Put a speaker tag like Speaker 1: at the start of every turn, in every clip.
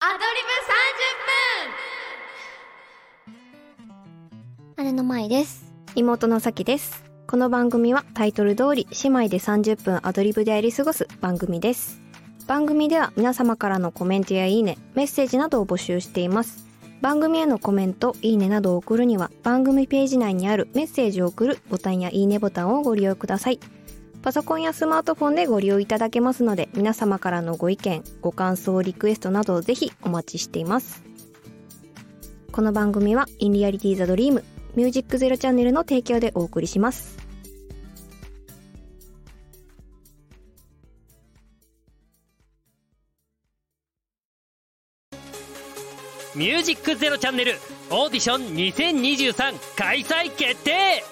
Speaker 1: アドリ
Speaker 2: 姉の前です。
Speaker 3: 妹のさきですこの番組はタイトル通り姉妹で30分アドリブでやり過ごす番組です番組では皆様からのコメントやいいねメッセージなどを募集しています番組へのコメントいいねなどを送るには番組ページ内にあるメッセージを送るボタンやいいねボタンをご利用くださいパソコンやスマートフォンでご利用いただけますので皆様からのご意見ご感想リクエストなどをぜひお待ちしていますこの番組は「インリアリティザドリームミュージックゼロチャンネルの提供でお送りします。
Speaker 4: ミュージックゼロチャンネルオーディション2023開催決定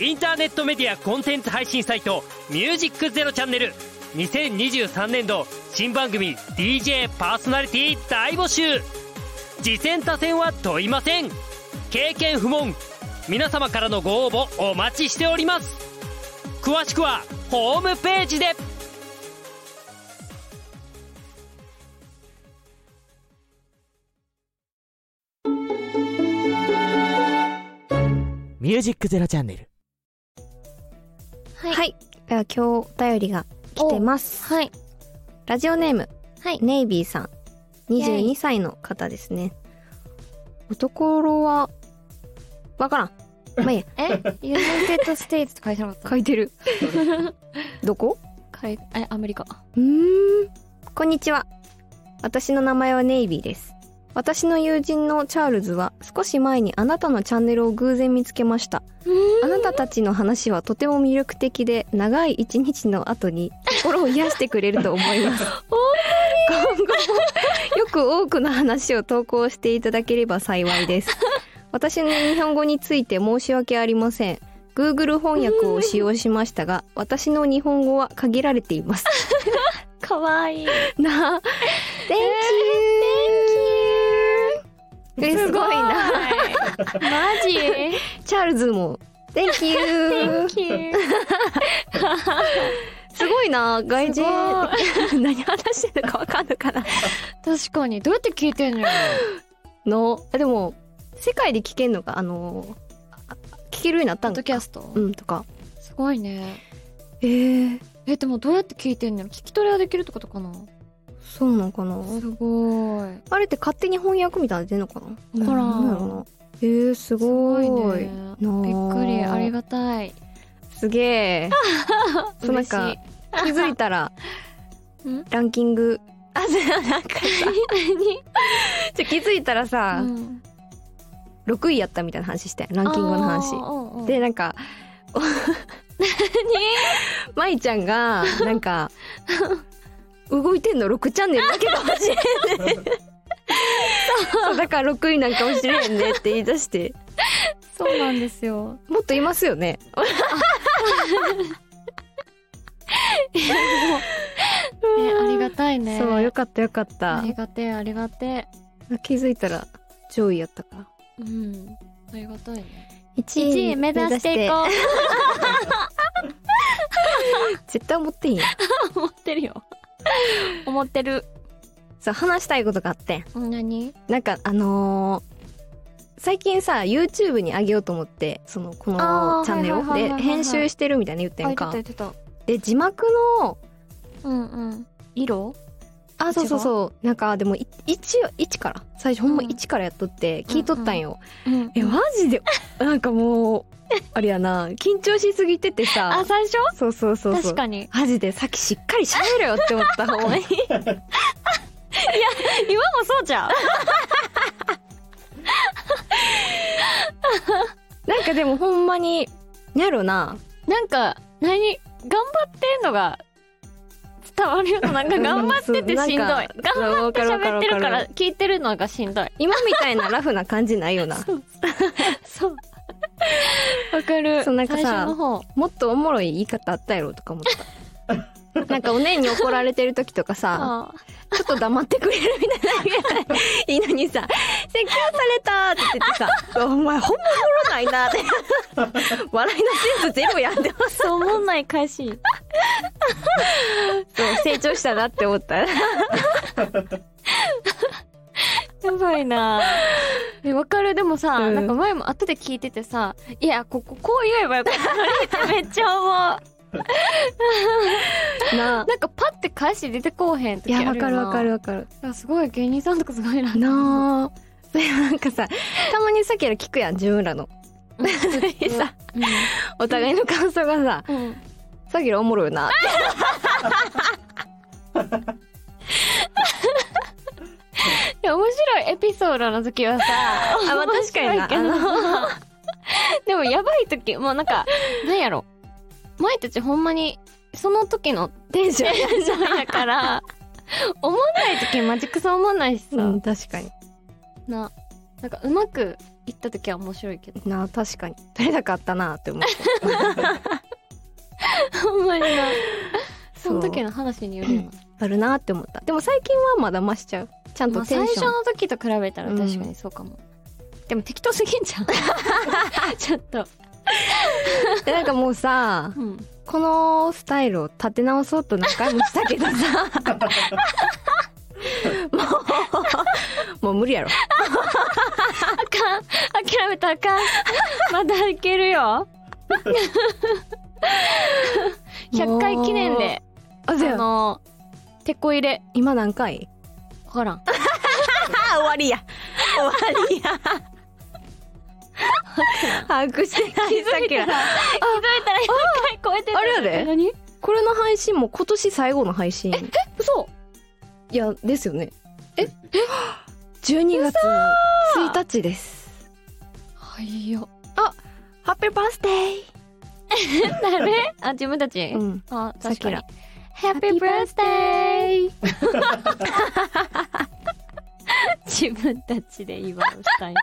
Speaker 4: インターネットメディアコンテンツ配信サイトミュージックゼロチャンネル2023年度新番組 DJ パーソナリティ大募集次戦他戦は問いません経験不問皆様からのご応募お待ちしております詳しくはホームページで
Speaker 5: ミュージックゼロチャンネル。
Speaker 2: は
Speaker 3: はいい。では今日お便りが来てます。
Speaker 2: はい。
Speaker 3: ラジオネーム、
Speaker 2: はい
Speaker 3: ネイビーさん。
Speaker 2: イェ
Speaker 3: 22歳の方ですね。おところは、わからん。まあ、いいや
Speaker 2: えユナイテッドステイツって書いてなかった
Speaker 3: 書いてる。どこ
Speaker 2: かいえ、アメリカ。
Speaker 3: うーん。こんにちは。私の名前はネイビーです。私の友人のチャールズは少し前にあなたのチャンネルを偶然見つけました。あなたたちの話はとても魅力的で長い一日の後に心を癒してくれると思います今後もよく多くの話を投稿していただければ幸いです私の日本語について申し訳ありません Google 翻訳を使用しましたが私の日本語は限られています
Speaker 2: かわいい。
Speaker 3: なあ Thank you えすごいな
Speaker 2: マジ
Speaker 3: チャールズも Thank you すごいな外人 何話してるかわかんのかな
Speaker 2: 確かに。どうやって聞いてんのよ。
Speaker 3: のあでも世界で聞けんのかあのあ聞けるようになったん
Speaker 2: ポッド
Speaker 3: か
Speaker 2: キャスト
Speaker 3: う。んとか
Speaker 2: すごいね。
Speaker 3: えー、
Speaker 2: え、でもどうやって聞いてんのよ。聞き取りができるってことかな。
Speaker 3: そうなのかな
Speaker 2: すごい。
Speaker 3: あれって勝手に翻訳みたいなの出んのかな
Speaker 2: わから
Speaker 3: なん
Speaker 2: ん
Speaker 3: やろなえー、す
Speaker 2: す
Speaker 3: ごい
Speaker 2: ね。びっくり。あり
Speaker 3: が
Speaker 2: がたい。
Speaker 3: すげえそうなん
Speaker 2: 嬉
Speaker 3: か
Speaker 2: しい
Speaker 3: 気づいた ら
Speaker 2: ん
Speaker 3: ランキングあそうなんかさちょ気づいたらさ、
Speaker 2: うん
Speaker 3: 6位やったみたいな話したよランキングの話
Speaker 2: あーうんうん
Speaker 3: でなんかお 舞ちゃんがなんか動いてんの6チャンネルだけかもしれんねそうだから6位なんかもしれんねって言い出して
Speaker 2: そうなんですよ。
Speaker 3: もっといますよね
Speaker 2: ね、ありがたいね。
Speaker 3: そうよかったよかった
Speaker 2: ありがてえありがてえ。
Speaker 3: 気づいたら上位やったから
Speaker 2: うん。ありがたいね。
Speaker 3: 1
Speaker 2: 1位目指していこ
Speaker 3: 絶対思ってんや
Speaker 2: う。思ってるよ。 思ってる。
Speaker 3: そう話したいことがあってん
Speaker 2: 何
Speaker 3: なんかあのー最近さ YouTube に上げようと思ってそのこの
Speaker 2: あー
Speaker 3: チャンネルを
Speaker 2: はいはいはいは
Speaker 3: で
Speaker 2: いはい
Speaker 3: 編集してるみたいな言って
Speaker 2: あ、
Speaker 3: ん
Speaker 2: 言っ
Speaker 3: か
Speaker 2: てた言ってた。
Speaker 3: で字幕の
Speaker 2: うんうん。色
Speaker 3: あそうそうそうなんかでもい一一から最初ほんま
Speaker 2: うん
Speaker 3: 一からやっとって聞いとったんよ、
Speaker 2: うん
Speaker 3: えマジでなんかもうあれやな緊張しすぎててさ
Speaker 2: あ、最初
Speaker 3: そうそうそうそう
Speaker 2: 確かに。
Speaker 3: マジでさっきしっかりしゃべるよって思ったほん まに
Speaker 2: 今もそうじゃん。
Speaker 3: なんかでもほんまになんやろな
Speaker 2: なんか、何頑張ってんのが伝わるような。なんか頑張っててしんどい。
Speaker 3: うん
Speaker 2: 頑張って喋
Speaker 3: わ
Speaker 2: ってる
Speaker 3: かるわかる
Speaker 2: か
Speaker 3: わからる
Speaker 2: 聞いてるのがしんどい。
Speaker 3: 今みたいなラフな感じないよな
Speaker 2: そう。わかる。
Speaker 3: そうなんかさ
Speaker 2: 最初の方。
Speaker 3: もっとおもろい言い方あったやろとか思 った。なんかおねんに怒られてる時とかさ、
Speaker 2: あ
Speaker 3: ちょっと黙ってくれるみたいないいのにさ、説教されたって言ってさ、お前ほんまおもろないなって。笑いのセンス全部やんでほしい
Speaker 2: そう思んない返し。
Speaker 3: そう成長したなって思った。
Speaker 2: ばいなえわかるでもさ、
Speaker 3: うん
Speaker 2: なんか前も後で聞いててさいやこここう言えばよかっ たのにってめっちゃ思う
Speaker 3: なあ
Speaker 2: なんかパッて歌詞出てこうへん
Speaker 3: い
Speaker 2: 時あ
Speaker 3: や
Speaker 2: るよ
Speaker 3: わか
Speaker 2: な
Speaker 3: るわかるわかる
Speaker 2: あすごい芸人さんとかすごいな
Speaker 3: なあそれなんかさたまにさっきの聞くやん自分らの
Speaker 2: うん
Speaker 3: で さ
Speaker 2: うん
Speaker 3: お互いの感想がさ
Speaker 2: うん
Speaker 3: 「さっきのおもろいな」って
Speaker 2: いや面白いエピソードの時はさ
Speaker 3: あまあ確かにな
Speaker 2: 面白いけ どさでもやばい時もうなんかなんやろ前たちほんまにその時 の
Speaker 3: テンション
Speaker 2: テンションやから 思わない時マジクソ思わないしさ、
Speaker 3: うん確かに
Speaker 2: ななんかうまくいった時は面白いけど
Speaker 3: なあ確かに取れなかったなって 思う
Speaker 2: ほんまにな
Speaker 3: そ
Speaker 2: そうの時の話によるよな、
Speaker 3: あるなって思ったでも最近はまだ増しちゃうちゃん
Speaker 2: ま
Speaker 3: と
Speaker 2: あ
Speaker 3: テ
Speaker 2: 最
Speaker 3: ンシ
Speaker 2: 初
Speaker 3: ョン、
Speaker 2: の時と比べたら確かにそうかも、でも適当すぎんじゃん ちょっと、
Speaker 3: でなんかもうさ
Speaker 2: うん、
Speaker 3: このスタイルを立て直そうと何回もしたけどさもうもう無理やろ
Speaker 2: あかん諦めたらあかんまだいける よ100回記念で
Speaker 3: あ
Speaker 2: あ
Speaker 3: そうや
Speaker 2: のてこ入れ
Speaker 3: 今何回
Speaker 2: わからん
Speaker 3: あ終わりや終わりや 把握してないさっきら
Speaker 2: 気づいたら100回超えてた
Speaker 3: あれやで
Speaker 2: 何
Speaker 3: これの配信も今年最後の配信
Speaker 2: 嘘
Speaker 3: いやですよねえ12月1日です
Speaker 2: はいよ
Speaker 3: ハッピーバースデ
Speaker 2: 誰あ自分たち、
Speaker 3: ーうん
Speaker 2: あ
Speaker 3: さ
Speaker 2: 確
Speaker 3: き
Speaker 2: からにハッピーバースデー 自分たちで祝うしたい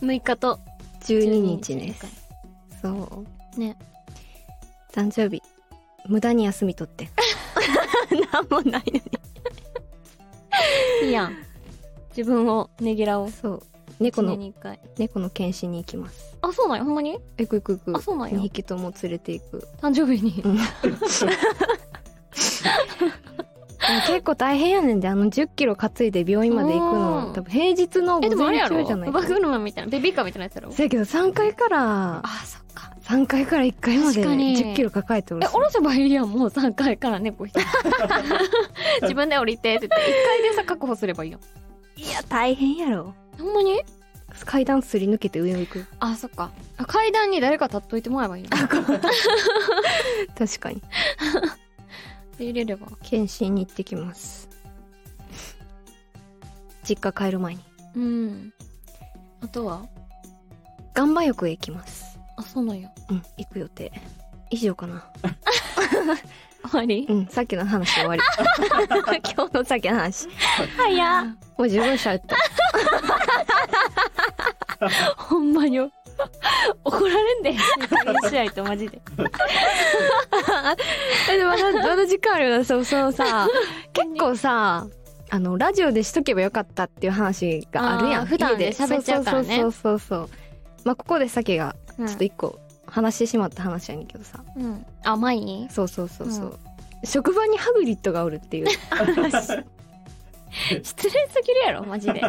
Speaker 2: 6日と
Speaker 3: 12日ですそう
Speaker 2: ね
Speaker 3: 誕生日無駄に休み取って なんもないの
Speaker 2: いいやん自分をねぎらおう
Speaker 3: にそう猫
Speaker 2: 1年
Speaker 3: の
Speaker 2: に1回
Speaker 3: 猫の検診に行きます
Speaker 2: あそうなんやほんまに
Speaker 3: 行く行く
Speaker 2: あ
Speaker 3: 行く
Speaker 2: そうなんや
Speaker 3: 2匹とも連れていく
Speaker 2: 誕生日に
Speaker 3: うんでも結構大変やねんであの1 0キロ担いで病院まで行く
Speaker 2: う
Speaker 3: の
Speaker 2: ん
Speaker 3: 多分平日の
Speaker 2: えで
Speaker 3: 午
Speaker 2: もあれ
Speaker 3: 前
Speaker 2: やろ
Speaker 3: 中じゃない
Speaker 2: 馬車みたいなベビーカーみたいなやつやろ
Speaker 3: そやけど3階から
Speaker 2: あそっか
Speaker 3: 3階から1階まで
Speaker 2: 確かに
Speaker 3: 1 0キロ抱えてお
Speaker 2: え
Speaker 3: る
Speaker 2: 下ろせばいいやんもう3階から 猫一人自分で降りてって言 って1階でさ確保すればいいやん
Speaker 3: いや大変やろ
Speaker 2: ほんまに
Speaker 3: 階段すり抜けて上を行く
Speaker 2: あそっかあ階段に誰か立っといてもらえばいいのって
Speaker 3: 確かに
Speaker 2: 入れれば
Speaker 3: 検診に行ってきます実家帰る前に
Speaker 2: うんあとは
Speaker 3: 岩盤浴へ行きます
Speaker 2: あそうなんや
Speaker 3: うん行く予定以上かな
Speaker 2: 終わり
Speaker 3: うんさっきの話終わり 今日のさっきの話
Speaker 2: 早っ
Speaker 3: もう十分喋った
Speaker 2: ほんまに 怒られんで一試合とマジで
Speaker 3: えでもまだまだ時間あるよなそうそのさ 結構さあのラジオでしとけばよかったっていう話があるや
Speaker 2: あ
Speaker 3: ん
Speaker 2: ー普段ね
Speaker 3: 家
Speaker 2: 喋っちゃうからね
Speaker 3: そうそうそうそうまあここでさけが
Speaker 2: うん
Speaker 3: ちょっと一個話してしまった話やねんけどさ、
Speaker 2: うんあ前に
Speaker 3: そうそうそうそう、職場にハグリッドがおる っていう
Speaker 2: 失礼すぎるやろマジで うん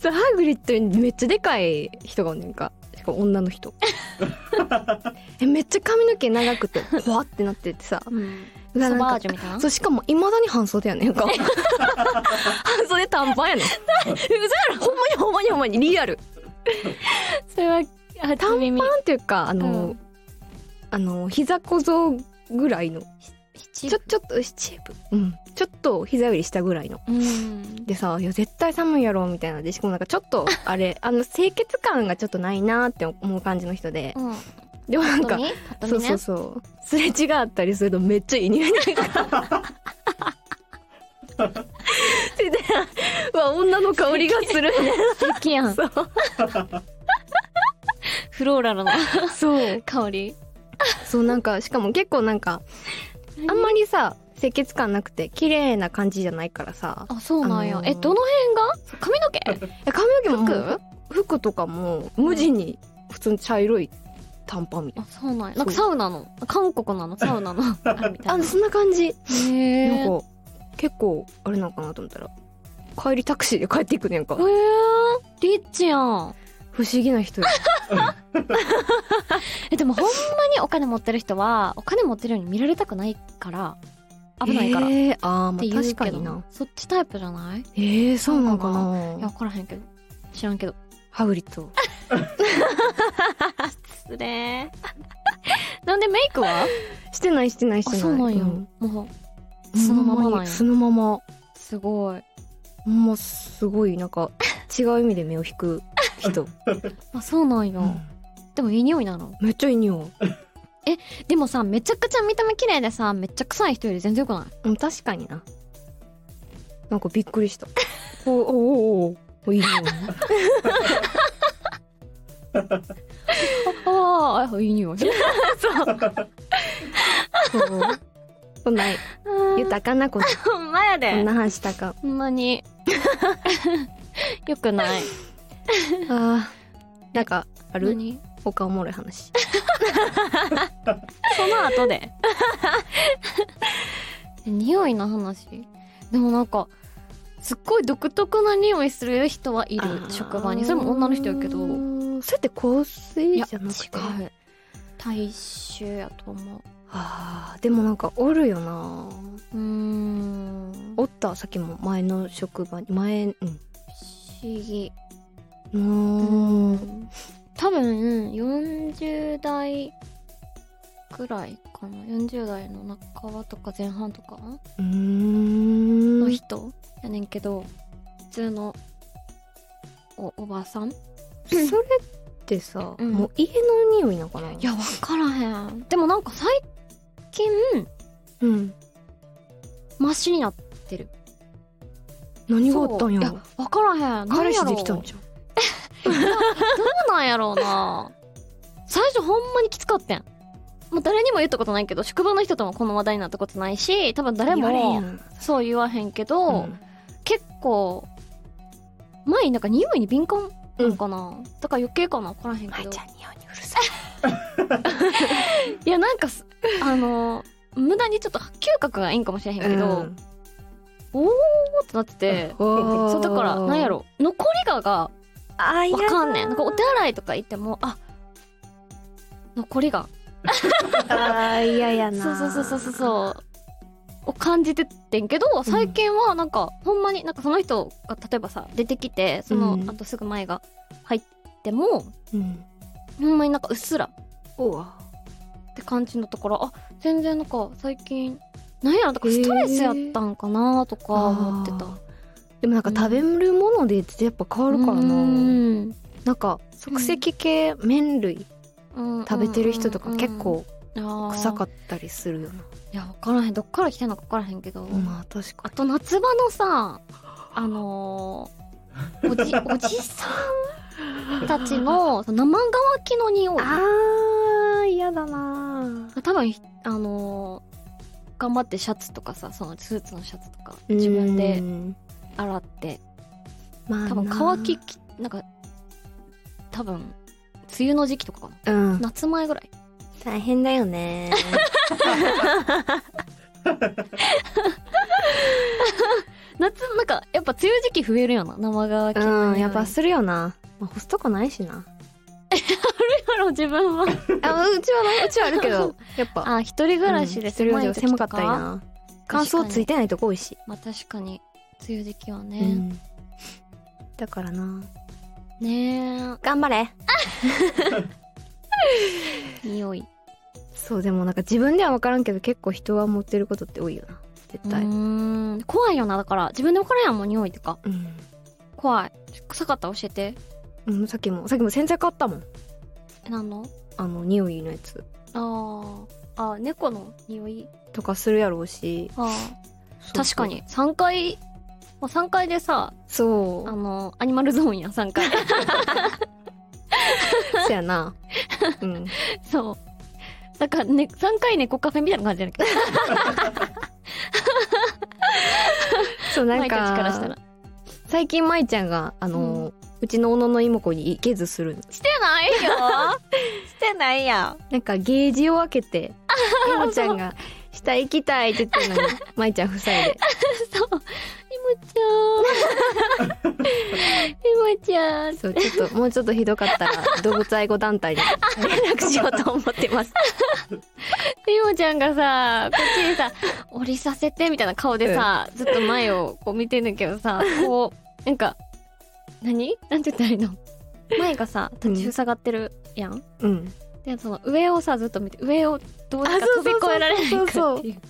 Speaker 3: そうハグリッドにめっちゃでかい人がおんねんかしかも女の 人えめっちゃ髪の毛長くてふわってなっててさ
Speaker 2: うん
Speaker 3: うわな
Speaker 2: ソ
Speaker 3: んか
Speaker 2: バージュみたいな
Speaker 3: そうしかもいまだに半袖やねん か半袖短パンや ねん嘘やろほんまにほんまにほんまにリアル
Speaker 2: それは初耳
Speaker 3: なんていうかあの、
Speaker 2: うん
Speaker 3: あの膝小僧ぐらいの
Speaker 2: 七
Speaker 3: ちょちょっと七分うんちょっと膝より下ぐらいの
Speaker 2: うん
Speaker 3: でさいや絶対寒いやろみたいなでしかもなんかちょっ とあれあの清潔感がちょっとないなって思う感じの人で
Speaker 2: うん
Speaker 3: でもなん
Speaker 2: 本当
Speaker 3: か
Speaker 2: に
Speaker 3: そ
Speaker 2: 本当
Speaker 3: う
Speaker 2: に
Speaker 3: そう
Speaker 2: ね
Speaker 3: そうすれ違ったりするとめっちゃいい匂いなん かででうわ女の香りがする
Speaker 2: 素敵やん
Speaker 3: そう
Speaker 2: フローラルの
Speaker 3: そう
Speaker 2: 香り
Speaker 3: そうなんかしかも結構なんかあんまりさ清潔感なくて綺麗な感じじゃないからさ
Speaker 2: あそうなんや
Speaker 3: あのー
Speaker 2: えどの辺がそう髪の毛
Speaker 3: え髪の毛ももう服とかも無地に普通に茶色い短パンみたい
Speaker 2: あそうなんやなんかサウナの韓国なのサウナの あるみ
Speaker 3: な
Speaker 2: た
Speaker 3: あ
Speaker 2: いな
Speaker 3: そんな感じ
Speaker 2: へ
Speaker 3: な
Speaker 2: え
Speaker 3: んか結構あれなのかなと思ったら帰りタクシーで帰っていくねんか
Speaker 2: えー、リッチやん。
Speaker 3: 不思議な人よ
Speaker 2: え、でもほんま にお金持ってる人は、お金持ってるように見られたくないから、危ないから。っ
Speaker 3: えー、あーま
Speaker 2: て
Speaker 3: あ
Speaker 2: 言うけ
Speaker 3: 確
Speaker 2: ど、
Speaker 3: かにな
Speaker 2: そっちタイプじゃないい
Speaker 3: えー、そうなのか
Speaker 2: そ
Speaker 3: な
Speaker 2: や、わからへんけど。知らんけど。
Speaker 3: ハグリッド
Speaker 2: 失礼。 なんでメイクは
Speaker 3: してないしてないして
Speaker 2: あ、
Speaker 3: ない
Speaker 2: そうなんや。
Speaker 3: うん
Speaker 2: もう、そのまま
Speaker 3: ほん
Speaker 2: なん
Speaker 3: に
Speaker 2: や。
Speaker 3: そのまます
Speaker 2: ごい。
Speaker 3: ほんますごいなん か違う意味で目を引く人、
Speaker 2: あ、そうなんや。
Speaker 3: うん
Speaker 2: でもいい匂いなの。
Speaker 3: めっちゃいい匂い
Speaker 2: でもさ、めちゃくちゃ見た目綺麗でさ、めっちゃ臭い人より全然良くない
Speaker 3: うん確かにななんかびっくりしたおおおおおいい匂い
Speaker 2: ああ、いい 匂い。そう。
Speaker 3: そうこんな豊かなこんな
Speaker 2: ほんまや
Speaker 3: こん
Speaker 2: で。
Speaker 3: な話した か
Speaker 2: ほんまに。 よくない。
Speaker 3: あーなんかある
Speaker 2: 何
Speaker 3: 他おもろい話
Speaker 2: その後で。 匂いの話でもなんか、すっごい独特な匂いする人はいる、職場に。それも女の人やけど。
Speaker 3: うーんそれって香水
Speaker 2: い
Speaker 3: じ
Speaker 2: や、
Speaker 3: ゃなくて
Speaker 2: 違う。大衆やと思う。
Speaker 3: あーでもなんかおるよな
Speaker 2: うーん。
Speaker 3: おったさっきも前の職場に前うん
Speaker 2: 不思議。
Speaker 3: う
Speaker 2: う
Speaker 3: ーん
Speaker 2: ん多分40代くらいかな40代の半ばとか前半とか
Speaker 3: うーん
Speaker 2: の人やねんけど普通のおおばさんい
Speaker 3: それってさ、
Speaker 2: うん
Speaker 3: もう家の匂いなのかない
Speaker 2: やわからへんでもなんか最近
Speaker 3: うん
Speaker 2: マシになって
Speaker 3: 何があったんや
Speaker 2: そうい
Speaker 3: ろ
Speaker 2: やわからへん
Speaker 3: 彼氏
Speaker 2: なんやろ
Speaker 3: できたんじゃ
Speaker 2: どうなんやろうな最初ほんまにきつかってんもう誰にも言ったことないけど職場の人ともこの話題になったことないし多分
Speaker 3: ん
Speaker 2: 誰
Speaker 3: 言われへんや
Speaker 2: も
Speaker 3: ん
Speaker 2: そう言わへんけど、
Speaker 3: うん
Speaker 2: 結構前になんか匂いに敏感なのかな、だから余計かな分からへん
Speaker 3: ま
Speaker 2: け
Speaker 3: い
Speaker 2: ど
Speaker 3: ちゃん匂いにうるさい
Speaker 2: いやなん かすあの無駄にちょっと嗅覚がいいんかもしれへんけど、
Speaker 3: うん
Speaker 2: おーってなってて、
Speaker 3: おー
Speaker 2: そうだからなんやろ残りがが
Speaker 3: あーいや
Speaker 2: 分かんねんなんかお手洗いとか行ってもあ残りが
Speaker 3: あー嫌や
Speaker 2: そう
Speaker 3: な
Speaker 2: そうそうそうそうそうを感じてってんけど最近はなんか、ほんまになんかその人が例えばさ出てきてその、
Speaker 3: うん
Speaker 2: あとすぐ前が入っても
Speaker 3: う、うん、
Speaker 2: ほんまになんかうっすら
Speaker 3: おわ
Speaker 2: って感じのところあ全然なんか最近なんやろだからストレスやったんかなとか思ってた、
Speaker 3: あーでもなんか食べるものでやっぱ変わるからな、
Speaker 2: うん
Speaker 3: なんか即席系麺類
Speaker 2: うん
Speaker 3: 食べてる人とか結構臭か
Speaker 2: っ
Speaker 3: ったりするよな、
Speaker 2: いや分からへんどっから来てんのか分からへんけど、
Speaker 3: まあ確か
Speaker 2: あと夏場のさあの ーおじおじさんたちのその生乾きの匂い
Speaker 3: にあー嫌だな
Speaker 2: 多分ひあのー頑張ってシャツとかさそのスーツのシャツとか
Speaker 3: うん
Speaker 2: 自分で洗って
Speaker 3: まあ
Speaker 2: 多分乾ききなんか多分梅雨の時期とかかな
Speaker 3: うん
Speaker 2: 夏前ぐらい
Speaker 3: 大変だよ ね
Speaker 2: 夏なんかやっぱ梅雨時期増えるよな生乾きの
Speaker 3: うんやっぱ
Speaker 2: 匂い
Speaker 3: するよな、まあ、干すとこないしな
Speaker 2: やろ 自分 は
Speaker 3: あうちはないうちはあるけど やっぱ
Speaker 2: あ一人暮らしで
Speaker 3: それよ
Speaker 2: 狭い
Speaker 3: り
Speaker 2: 時
Speaker 3: 狭か
Speaker 2: と
Speaker 3: ったり
Speaker 2: か
Speaker 3: な乾燥ついてないとこ多いし、
Speaker 2: まあ確かに梅雨時期は
Speaker 3: う
Speaker 2: ね、
Speaker 3: んだからな
Speaker 2: ね
Speaker 3: 頑張れ
Speaker 2: え匂い
Speaker 3: そうでもなんか自分では分からんけど結構人は持ってることって多いよな
Speaker 2: う
Speaker 3: 絶対、
Speaker 2: ーん怖いよなだから自分で分からんやんもう匂いとか
Speaker 3: うん
Speaker 2: 怖い臭かったら教えて
Speaker 3: うん、さっきもさっきも洗剤買ったもん
Speaker 2: え何の
Speaker 3: あの匂いのやつ
Speaker 2: あーあ猫の匂い
Speaker 3: とかするやろうし
Speaker 2: あー
Speaker 3: そう
Speaker 2: 確
Speaker 3: そ
Speaker 2: か
Speaker 3: う
Speaker 2: に3階まあ3階でさ
Speaker 3: そ
Speaker 2: あのアニマルゾーンやん3階
Speaker 3: うそや なうん
Speaker 2: そうだから、ね、3階猫カフェみたいな感じやねんけど
Speaker 3: そうな
Speaker 2: マ
Speaker 3: ん
Speaker 2: イたちからしたら
Speaker 3: か最近舞ちゃんがあの、うちの小野の妹子にいけずするの
Speaker 2: してないよしてないや
Speaker 3: なんかゲージを開け ていもちゃんが「下行きたい」って言ってるのに舞ちゃん夫妻で
Speaker 2: そうゃん。ひまちゃん。
Speaker 3: そうちょっともうちょっとひどかったら動物愛護団体に連絡しようと思って ます。
Speaker 2: ひまちゃんがさ、こっちにさ、降りさせてみたいな顔でさ、ずっと前をこう見てんだけどさ、こう、なんか、何なんて言ったらいいの前がさ、途中下がってるやん。
Speaker 3: うん。
Speaker 2: で、その上をさ、ずっと見て、上をどうにか
Speaker 3: あそうそ
Speaker 2: 飛
Speaker 3: う
Speaker 2: び
Speaker 3: そう
Speaker 2: 越えられないかっていう。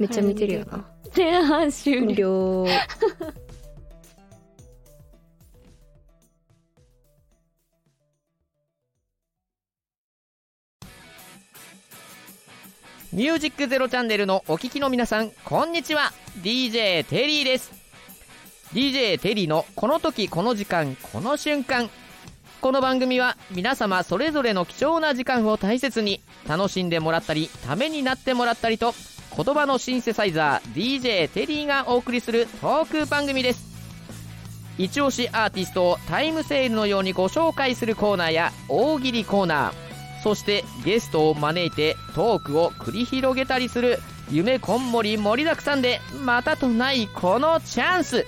Speaker 3: めっちゃ見てるよな。
Speaker 2: 前半終
Speaker 3: 了。
Speaker 2: 了。
Speaker 5: ミュージックゼロチャンネルのお聞きの皆さん、こんにちは。DJ テリーです。DJ テリーのこの時、この時間、この瞬間。この番組は皆様それぞれの貴重な時間を大切に、楽しんでもらったり、ためになってもらったりと、言葉のシンセサイザー DJ テリーがお送りするトーク番組です。一押しアーティストをタイムセールのようにご紹介するコーナーや大喜利コーナー、そしてゲストを招いてトークを繰り広げたりする夢こんもり盛りだくさんでまたとないこのチャンス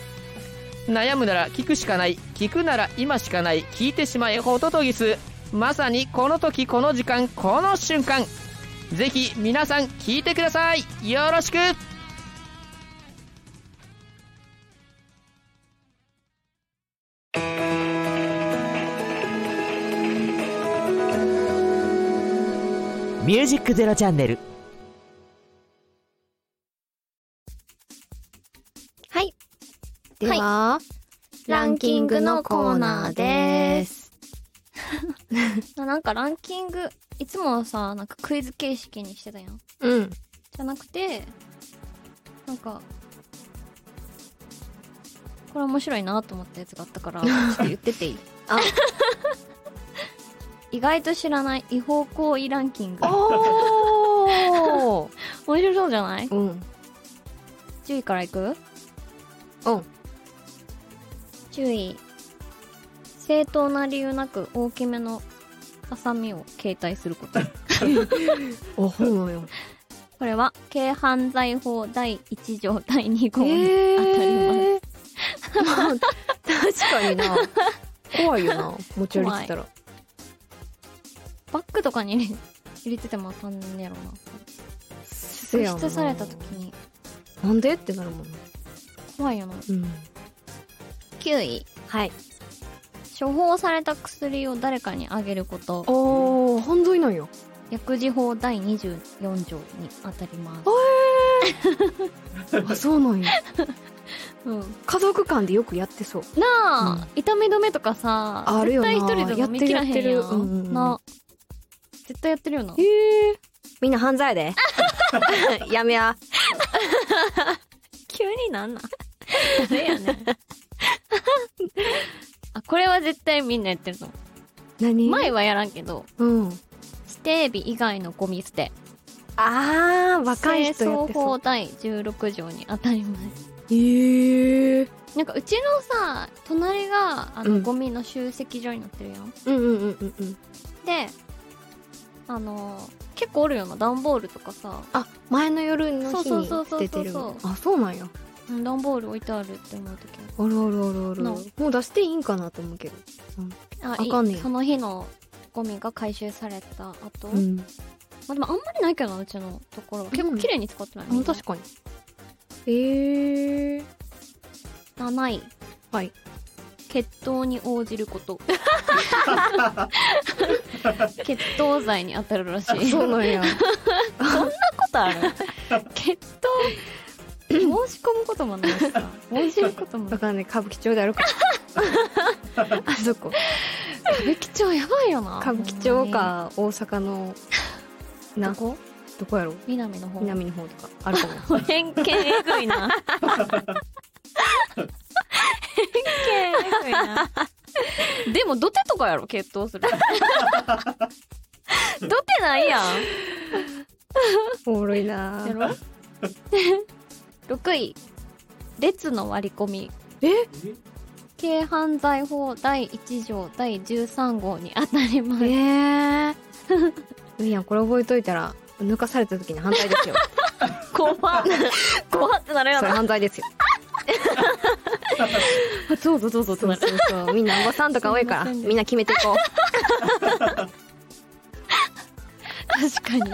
Speaker 5: 悩むなら聞くしかない聞くなら今しかない聞いてしまえホトトギスまさにこの時この時間この瞬間ぜひ皆さん聞いてくださいよろしく
Speaker 6: ミュージックゼロチャンネル。
Speaker 3: はい。では、ランキングのコーナーです。
Speaker 2: なんかランキング、いつもはさ、なんかクイズ形式にしてたやん。
Speaker 3: うん。
Speaker 2: じゃなくて、なんか、これ面白いなと思ったやつがあった から、ちょっと言ってていい
Speaker 3: あ
Speaker 2: 意外と知らない違法行為ランキング。
Speaker 3: おー。
Speaker 2: 面白そうじゃない
Speaker 3: うん。
Speaker 2: ?10 位からいく
Speaker 3: うん。
Speaker 2: ?10 位。正当な理由なく大きめのハサミを携帯すること。
Speaker 3: おほうよ。
Speaker 2: これは、軽犯罪法第1条第2
Speaker 3: え
Speaker 2: 項に当たります。
Speaker 3: ー。 確かにな。怖いよな。持ち歩いてたら。
Speaker 2: バッグとかに入れ入れてても当たんねえやろな。
Speaker 3: せ
Speaker 2: 紛
Speaker 3: やな
Speaker 2: 失された時に
Speaker 3: なんでってなるもんな。
Speaker 2: 怖いよな。
Speaker 3: うん。
Speaker 2: 9位。
Speaker 3: はい。
Speaker 2: 処方された薬を誰かにあげること。
Speaker 3: おー、犯罪なんよ。
Speaker 2: 薬事法第24条に当たります。
Speaker 3: あ、そうなんよ。
Speaker 2: うん。
Speaker 3: 家族間でよくやってそう。
Speaker 2: なあ、痛み止めとかさ、
Speaker 3: あるよな
Speaker 2: 絶対一人で飲みきらへんやん。
Speaker 3: やってるやってるうんうんうん
Speaker 2: な絶対やってるよな。
Speaker 3: へえ。みんな犯罪や で。やめや。
Speaker 2: 急になんな。誰やねん。 あ、これは絶対みんなやってると思う。
Speaker 3: 何
Speaker 2: 前はやらんけど、
Speaker 3: うん。
Speaker 2: 指定日以外のゴミ捨て。
Speaker 3: あー、若い人やって
Speaker 2: 清掃
Speaker 3: そ
Speaker 2: 法
Speaker 3: う。
Speaker 2: 第16条に当たります。
Speaker 3: へえ。
Speaker 2: なんかうちのさ隣があの、
Speaker 3: うん
Speaker 2: ゴミの集積所になってるやん
Speaker 3: うんうんうんうんうん。
Speaker 2: であのー結構おるよな段ボールとかさ
Speaker 3: あ、前の夜の日に
Speaker 2: そうそうそうそうそう
Speaker 3: 出てる。あ、そうなんや。
Speaker 2: うん段ボール置いてあるって思う時
Speaker 3: あるあるあるある。
Speaker 2: な
Speaker 3: もう出していいんかなと思うけど。
Speaker 2: ある
Speaker 3: あかんねや
Speaker 2: いその日のゴミが回収された後、ま
Speaker 3: ん。
Speaker 2: あでもあんまりないけどなうちのところは結構綺麗に使ってない、
Speaker 3: あ確かに。ええ。
Speaker 2: 7位
Speaker 3: はい
Speaker 2: 決闘に応じること 決闘罪に当たるらしい
Speaker 3: そう なんや。
Speaker 2: こと ある決 闘申し込むこともないしさ申し込むこともな
Speaker 3: わ
Speaker 2: い
Speaker 3: かんない。歌舞伎町である から。あそこ。
Speaker 2: 歌舞伎町やばいよな
Speaker 3: 歌舞伎町か大阪の、な、
Speaker 2: ど
Speaker 3: ど
Speaker 2: こ
Speaker 3: こやろ
Speaker 2: 南の方
Speaker 3: 南の方とかあるか も。
Speaker 2: 偏見えぐいな偏見えぐいなでも土手とかやろ決闘す る土手ないやん
Speaker 3: おもろいな
Speaker 2: や
Speaker 3: ぁ
Speaker 2: ろ6位列の割り込み
Speaker 3: え
Speaker 2: 軽犯罪法第1条第13号に当たります
Speaker 3: え えー。いやこれ覚えといたら抜かされた時に 反対ですよ。
Speaker 2: 怖っ怖ってなるよ
Speaker 3: それ
Speaker 2: な
Speaker 3: 反対ですよ。
Speaker 2: あどうぞどうぞって
Speaker 3: そう
Speaker 2: なる
Speaker 3: そうそうみんなおばさんとか多いから
Speaker 2: すいませんね
Speaker 3: みんな決めていこう
Speaker 2: 確かになん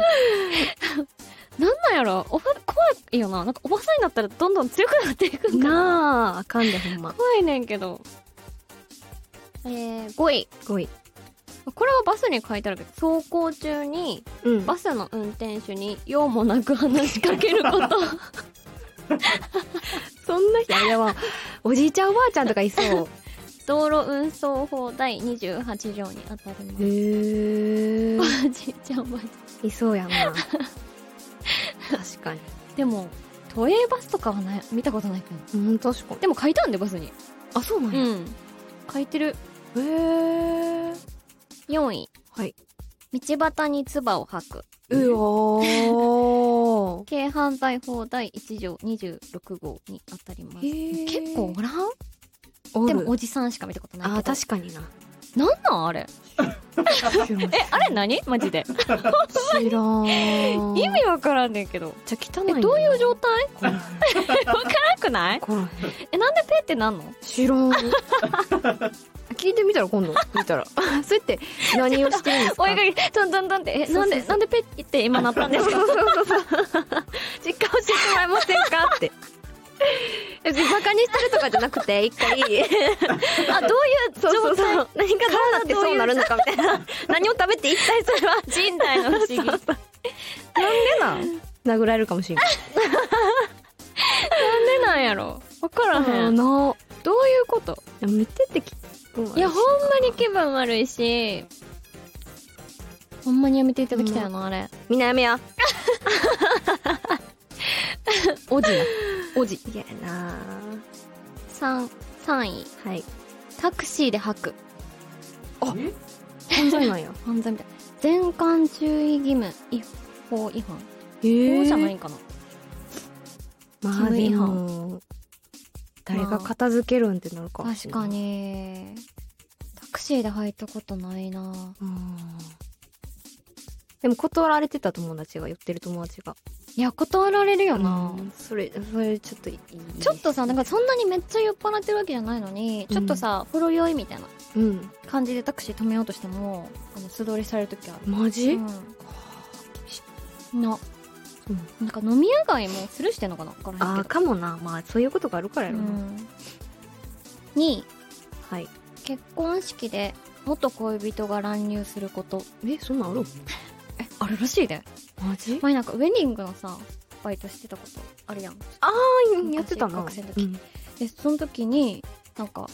Speaker 2: なんやろおば怖いよななんかおばさんになったらどんどん強くなっていくん かな
Speaker 3: なああかんでほんま
Speaker 2: 怖いねんけどえー、5位
Speaker 3: 5位
Speaker 2: これはバスに書いてあるけど走行中に
Speaker 3: うん
Speaker 2: バスの運転手に用もなく話しかけること
Speaker 3: そんな人あれはおじいちゃんおばあちゃんとかいそう
Speaker 2: 道路運送法第28条に当たり ます
Speaker 3: へえ
Speaker 2: おじいちゃんおばあちゃ
Speaker 3: いそうやな確かに
Speaker 2: んでも都営バスとかはな見たことないけど
Speaker 3: うん確かに
Speaker 2: でも書いたんでバスに
Speaker 3: あそうなんや、
Speaker 2: ん書いてる
Speaker 3: へえ
Speaker 2: 4位
Speaker 3: はい
Speaker 2: 道端に唾を吐く
Speaker 3: うわー
Speaker 2: 軽犯罪法第1条26号に当たります
Speaker 3: へえ
Speaker 2: 結構おらん
Speaker 3: お
Speaker 2: で
Speaker 3: る
Speaker 2: もおじさんしか見たことないけど
Speaker 3: あー確かにな
Speaker 2: なんなんあれえあれ何マジで
Speaker 3: 知らん
Speaker 2: 意味わからんねんけど
Speaker 3: めっちゃ汚い
Speaker 2: え
Speaker 3: な
Speaker 2: どういう状態
Speaker 3: これ
Speaker 2: 辛くない
Speaker 3: これ
Speaker 2: えなんでペってなんの
Speaker 3: 知らん 聞いてみたら今度見 たらそうやって何をしてるんですか
Speaker 2: おいがトントントンってえ
Speaker 3: そうそうそう
Speaker 2: な
Speaker 3: ん
Speaker 2: でなんでペって今なった んですか
Speaker 3: そうそうそうそう実家教えてもらえませんかって 別にバカにしてるとかじゃなくて一回
Speaker 2: あどうい う
Speaker 3: そうそうそう何
Speaker 2: 状
Speaker 3: がどうなってそうなるのかみたいな何を食べて一体それは
Speaker 2: 態人体の不思議な
Speaker 3: なん
Speaker 2: んで
Speaker 3: でなん 殴られるかもしれない
Speaker 2: なんやろわからへん
Speaker 3: の
Speaker 2: どういうこと
Speaker 3: 見ててき
Speaker 2: いやほんまに気分悪いしほんまにやめていただきたいよな、あれ
Speaker 3: みんなやめや
Speaker 2: おじ
Speaker 3: おじいやな
Speaker 2: 三3位
Speaker 3: はい
Speaker 2: タクシーで吐く
Speaker 3: 犯罪なんや
Speaker 2: 犯罪みたい全館注意義務違法違反
Speaker 3: へ
Speaker 2: 違法じゃ な
Speaker 3: え
Speaker 2: いんかな
Speaker 3: まあでも誰が片付けるんってなるかもし
Speaker 2: 確
Speaker 3: れな
Speaker 2: か
Speaker 3: い
Speaker 2: にタクシーで履いたことないな
Speaker 3: うんでも断られてた友達が言ってる友達が
Speaker 2: いや断られるよな、
Speaker 3: うんそれそれちょっといい
Speaker 2: ちょっとさなんかそんなにめっちゃ酔っ払ってるわけじゃないのに、ちょっとさほろ酔いみたいな
Speaker 3: うん
Speaker 2: 感じでタクシー止めようとしてもあの素通りされる時ある
Speaker 3: マジ、
Speaker 2: うん、な、なんか飲み屋街もスルーしてんのかなわから
Speaker 3: あ
Speaker 2: へん
Speaker 3: あ
Speaker 2: け
Speaker 3: かもなまあそういうことがあるからや
Speaker 2: ど、う
Speaker 3: ろな、
Speaker 2: ん、2位
Speaker 3: はい
Speaker 2: 結婚式で元恋人が乱入すること
Speaker 3: えそんなんある
Speaker 2: えあるらしいで
Speaker 3: マジ
Speaker 2: 前なんかウェディングのさバイトしてたことあるやん
Speaker 3: やってたな
Speaker 2: 昔学生の時
Speaker 3: うん
Speaker 2: でその時になんか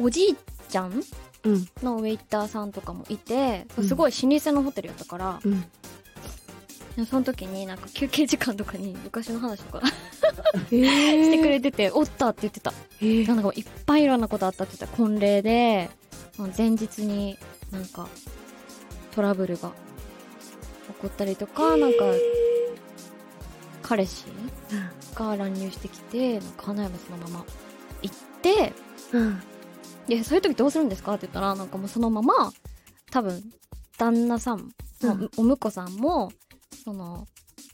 Speaker 2: おじいちゃん
Speaker 3: うん
Speaker 2: のウェイターさんとかもいて、
Speaker 3: うん
Speaker 2: すごい老舗のホテルやったから、
Speaker 3: うん
Speaker 2: でその時になんか休憩時間とかに昔の話とか
Speaker 3: えー、
Speaker 2: してくれてて、おったって言ってた。
Speaker 3: えー
Speaker 2: なんかいっぱいいろんなことあったって言ってた。婚礼で、まあ前日になんかトラブルが起こったりとか、なんか彼氏が乱入してきて、なんか花嫁そのまま行って、
Speaker 3: うん
Speaker 2: で、そういう時どうするんですかって言ったら、なんかもうそのまま、多分、旦那さん、も
Speaker 3: うん
Speaker 2: お婿さんも、その、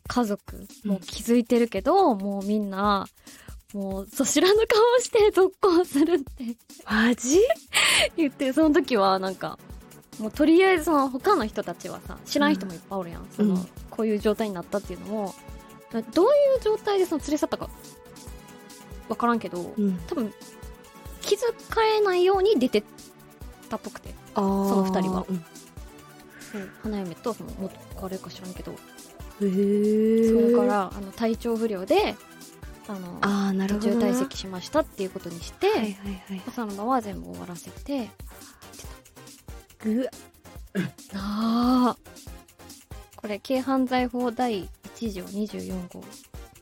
Speaker 2: 家族、もう気づいてるけど、もうみんな、もう、そしらぬ顔して続行するって
Speaker 3: マジ
Speaker 2: 言って、その時はなんか、もうとりあえずその他の人たちはさ、知らん人もいっぱいおるやん。その、
Speaker 3: うん
Speaker 2: こういう状態になったっていうのも、どういう状態でその連れ去ったか、わからんけど、
Speaker 3: うん
Speaker 2: 多分気づかれないように出てったっぽくて
Speaker 3: あそ
Speaker 2: の二人は
Speaker 3: うん、
Speaker 2: 花嫁とその元彼か知らんけど
Speaker 3: え
Speaker 2: そ
Speaker 3: ー、
Speaker 2: れからあの体調不良であの
Speaker 3: ああなる
Speaker 2: 途
Speaker 3: ほど
Speaker 2: 中
Speaker 3: な
Speaker 2: 退席しましたっていうことにして、
Speaker 3: はいはいはい
Speaker 2: 朝の場は全部終わらせてな
Speaker 3: ぐわ
Speaker 2: あこれ軽犯罪法第1条24号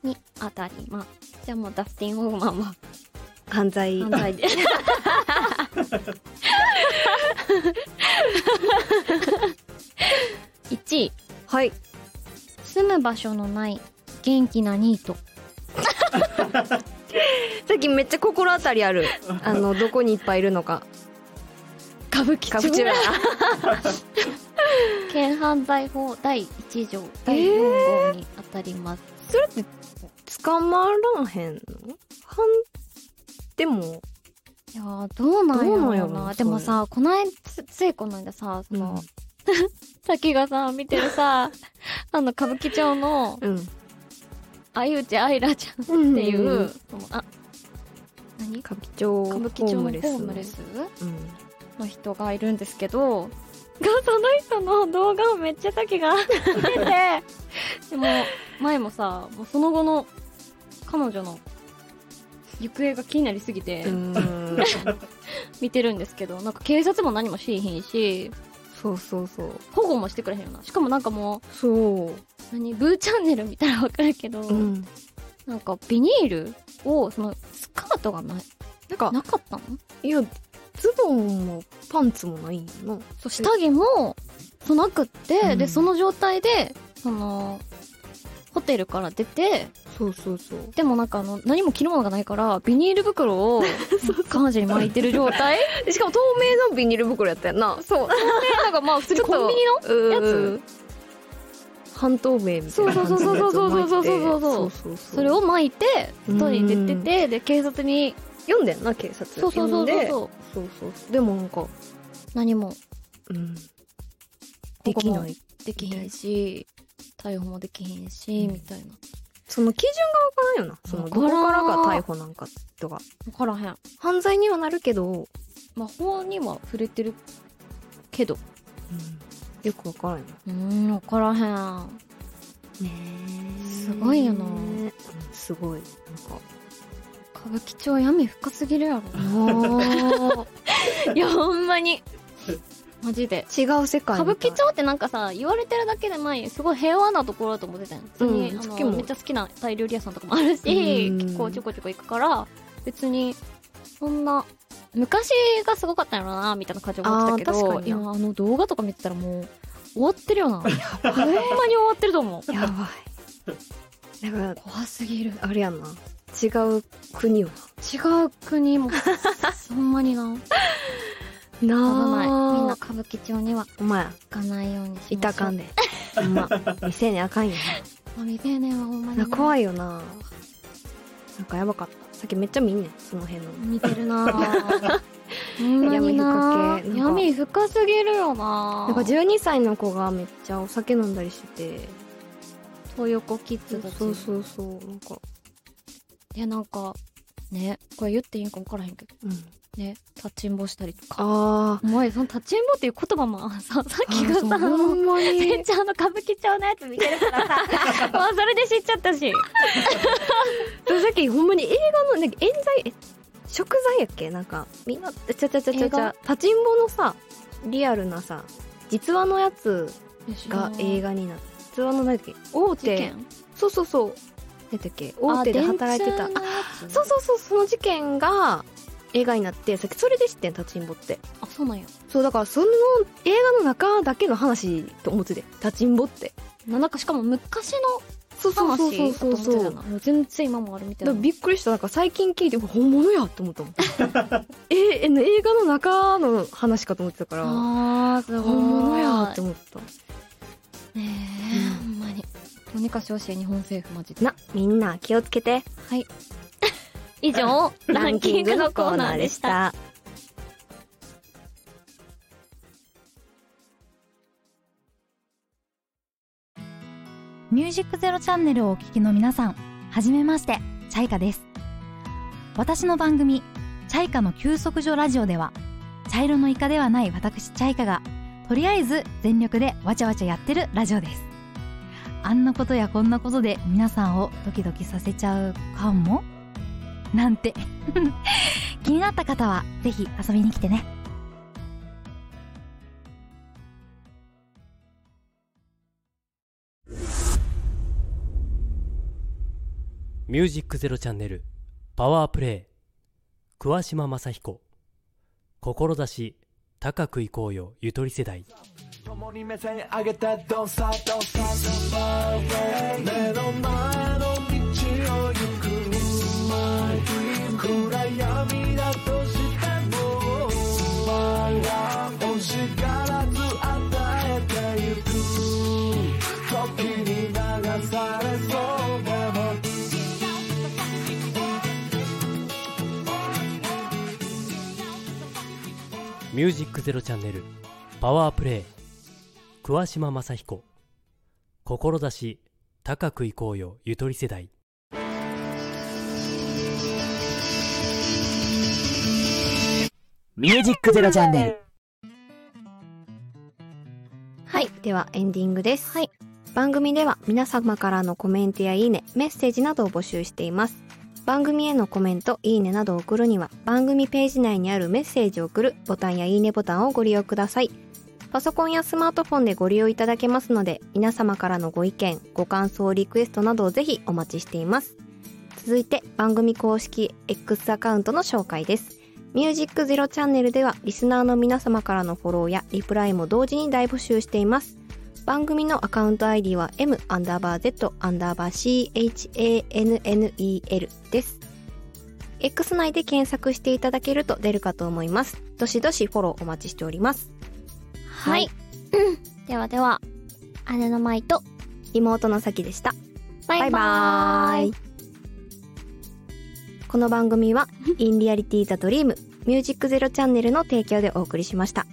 Speaker 2: に当たりますじゃあもうダスティン・ホーマンは
Speaker 3: 犯罪
Speaker 2: 犯罪で1位
Speaker 3: はい
Speaker 2: 住む場所のない元気なニート
Speaker 3: さっきめっちゃ心当たりあ るあのどこにいっぱいいるのか
Speaker 2: 歌舞伎
Speaker 3: カプチュ ラ
Speaker 2: 軽犯罪法第1条第4号に当たります、
Speaker 3: 捕まらへんの犯でも、
Speaker 2: いやーどうなんや
Speaker 3: どうなんや
Speaker 2: ろ
Speaker 3: ろ
Speaker 2: う
Speaker 3: なそ
Speaker 2: な
Speaker 3: れ
Speaker 2: でもさこの間つついこの間さその、
Speaker 3: うん
Speaker 2: 滝がさ見てる さあの歌舞伎町の
Speaker 3: うん。っ
Speaker 2: 相内愛らちゃんってていう、そのあ何
Speaker 3: 歌舞伎町
Speaker 2: 歌舞伎町のホームレス
Speaker 3: うん。
Speaker 2: の人がいるんですけどがその人の動画をめっちゃ滝が見ててでも前もさもうその後の彼女の行方が気になりすぎて
Speaker 3: うん、
Speaker 2: 見てるんですけど、なんか警察も何もしいひんし
Speaker 3: そうそうそう
Speaker 2: 保護もしてくれへんよなしかもなんかもう
Speaker 3: そ
Speaker 2: 何ブーチャンネル見たらわかるけど、
Speaker 3: う、うん、
Speaker 2: なんかビニールをそのスカートがない
Speaker 3: なんか
Speaker 2: なかったの
Speaker 3: いやズボンもパンツもないんやな
Speaker 2: そう下着もそうなくって、
Speaker 3: うん
Speaker 2: でその状態でそのホテルから出て
Speaker 3: そうそうそう
Speaker 2: でもなんかあの何も着るものがないからビニール袋 を彼女に巻いてる状態
Speaker 3: でしかも透明のビニール袋やったやんな
Speaker 2: そうでなんかまあ普通に
Speaker 3: ちょっと
Speaker 2: コンビニの
Speaker 3: う
Speaker 2: やつ
Speaker 3: ん半透明みたいな感じのやつを巻いて
Speaker 2: そうそ
Speaker 3: そ
Speaker 2: うそうそうそう
Speaker 3: うそう
Speaker 2: それを巻いて
Speaker 3: うん
Speaker 2: 外に出ててで警察に
Speaker 3: 読んだよな警察
Speaker 2: そうそうそ
Speaker 3: 読ん
Speaker 2: うそう
Speaker 3: で
Speaker 2: そう
Speaker 3: そうそうそうでもなんか、
Speaker 2: 何も
Speaker 3: うん、できない
Speaker 2: できひんし逮捕もできひんし、
Speaker 3: うん
Speaker 2: みたいな
Speaker 3: その基準がわからんよなそのどこからが逮捕なんかとか
Speaker 2: 分からへん
Speaker 3: 犯罪にはなるけど、うん、
Speaker 2: 魔法には触れてるけど
Speaker 3: よくわからんよ
Speaker 2: うん分からへん
Speaker 3: ね
Speaker 2: すごいよな
Speaker 3: うんすごい
Speaker 2: 歌舞伎町闇深すぎる
Speaker 3: な
Speaker 2: や
Speaker 3: んか
Speaker 2: ろ いやほんまにマジで
Speaker 3: 違う世界
Speaker 2: 歌
Speaker 3: み
Speaker 2: 舞
Speaker 3: たい
Speaker 2: 伎町ってなんかさ言われてるだけで前すごい平和なところだと思ってたよ、普通に
Speaker 3: うん
Speaker 2: あ
Speaker 3: 好きも
Speaker 2: のめっちゃ好きなタイ料理屋さんとかもあるし、
Speaker 3: うん
Speaker 2: 結構ちょこちょこ行くから別にそんな昔がすごかったんやろなみたいな感じで思ってた
Speaker 3: あー確
Speaker 2: け
Speaker 3: か
Speaker 2: ど
Speaker 3: にな
Speaker 2: 今あの動画とか見てたらもう終わってるよな ほんまに終わってると思う
Speaker 3: やば いだか
Speaker 2: 怖すぎる
Speaker 3: らあれやんな違う国は
Speaker 2: 違う国 もそんなにな危ないみんな歌舞伎町には
Speaker 3: お前
Speaker 2: 行かないようにしましょう
Speaker 3: いたかんでほんま未成年あかんよ
Speaker 2: まあ未成年はほんま
Speaker 3: な
Speaker 2: に
Speaker 3: なんか怖
Speaker 2: い
Speaker 3: いよななんかやばかったさっきめっちゃ見んねんその辺の
Speaker 2: 見てるな ぁほんまにな
Speaker 3: 闇深系なん
Speaker 2: ぁ
Speaker 3: か
Speaker 2: 闇深すぎる
Speaker 3: なん
Speaker 2: よな
Speaker 3: か
Speaker 2: ぁ
Speaker 3: 12歳の子がめっちゃお酒飲んだりしてて
Speaker 2: 東横キッズたち
Speaker 3: そうそうそうなんか
Speaker 2: いやなんかねこれ言っていいんか分からへんけど
Speaker 3: うん
Speaker 2: ね立ちんぼしたりとか
Speaker 3: あ
Speaker 2: お前その立ちんぼっていう言葉もささっ
Speaker 3: あ
Speaker 2: きがさ
Speaker 3: そうほんまに
Speaker 2: 全然あの歌舞伎町のやつ見てるから さもうそれで知っちゃったし
Speaker 3: 私さっきほんまに映画のなんか冤罪え食材やっけなんかみんなちゃちゃちゃちゃ
Speaker 2: 映
Speaker 3: ちゃ
Speaker 2: 画
Speaker 3: 立ちんぼのさリアルなさ実話のやつが映
Speaker 2: 画
Speaker 3: 画になって実話の何だっけ大
Speaker 2: 事
Speaker 3: 手
Speaker 2: 件
Speaker 3: そうそうそう何だっけ大手で働いてたあ
Speaker 2: あ電通のやつ
Speaker 3: そうそうそうその事件が映画になってさっきそれで知ってん立ちんぼって
Speaker 2: あそうなんや
Speaker 3: そうだからその映画の中だけの話と思ってて立ちんぼって
Speaker 2: なんかしかも昔
Speaker 3: そうそ
Speaker 2: の
Speaker 3: うそう
Speaker 2: 話
Speaker 3: そう
Speaker 2: だと
Speaker 3: そう
Speaker 2: 思ってた
Speaker 3: そ
Speaker 2: よ
Speaker 3: う
Speaker 2: なもう全然今もあるみたい
Speaker 3: だから
Speaker 2: な
Speaker 3: びっくりしたなんか最近聞いて本物やと思 ったもんええな映画の中の話かと思ってたから本
Speaker 2: あーすごい
Speaker 3: 物やって思っ
Speaker 2: ねえ、ほんまにどうにかしてほしい日本政府マジ
Speaker 3: た
Speaker 2: で
Speaker 3: なみんな気をつけて
Speaker 2: はい。以上、ランキングのコーナーでした。
Speaker 7: ミュージックゼロチャンネルをお聞きの皆さん、はじめまして、チャイカです。私の番組、チャイカの休息所ラジオでは、茶色のイカではない私チャイカが、とりあえず全力でわちゃわちゃやってるラジオです。あんなことやこんなことで皆さんをドキドキさせちゃうかもなんて。 気になった方は、ぜひ遊びに来てね。
Speaker 4: ミュージックゼロチャンネルパワープレイ桑島雅彦志高く行こうよゆとり世代
Speaker 8: 共に目線上げてドンサドンサドンサ目の前の道を行く My dream 暗闇だとしても My life 欲しからず与えてゆく時に流されそうでも Thank
Speaker 4: ミュージックゼロチャンネルパワープレイ桑島雅彦志高く行こうよゆとり世代
Speaker 6: ミュージックゼロチャンネル。
Speaker 3: はい、ではエンディングです。番組では皆様からのコメントやいいね、メッセージなどを募集しています。番組へのコメント、いいねなどを送るには、番組ページ内にあるメッセージを送るボタンやいいねボタンをご利用ください。パソコンやスマートフォンでご利用いただけますので、皆様からのご意見、ご感想、リクエストなどをぜひお待ちしています。続いて番組公式 X アカウントの紹介です。ミュージックゼロチャンネルではリスナーの皆様からのフォローやリプライも同時に大募集しています。番組のアカウント ID は m アンダーバー z アンダーバー chanel です。X 内で検索していただけると出るかと思います。どしどしフォローお待ちしております。
Speaker 2: はい、うんではでは姉の舞と
Speaker 3: 妹のさきでした。
Speaker 2: バイバ
Speaker 3: バ
Speaker 2: ー
Speaker 3: イ
Speaker 2: イ
Speaker 3: バーイ この番組は「インリアリティ・ザ・ドリームミュージックゼロチャンネルの提供でお送りしました。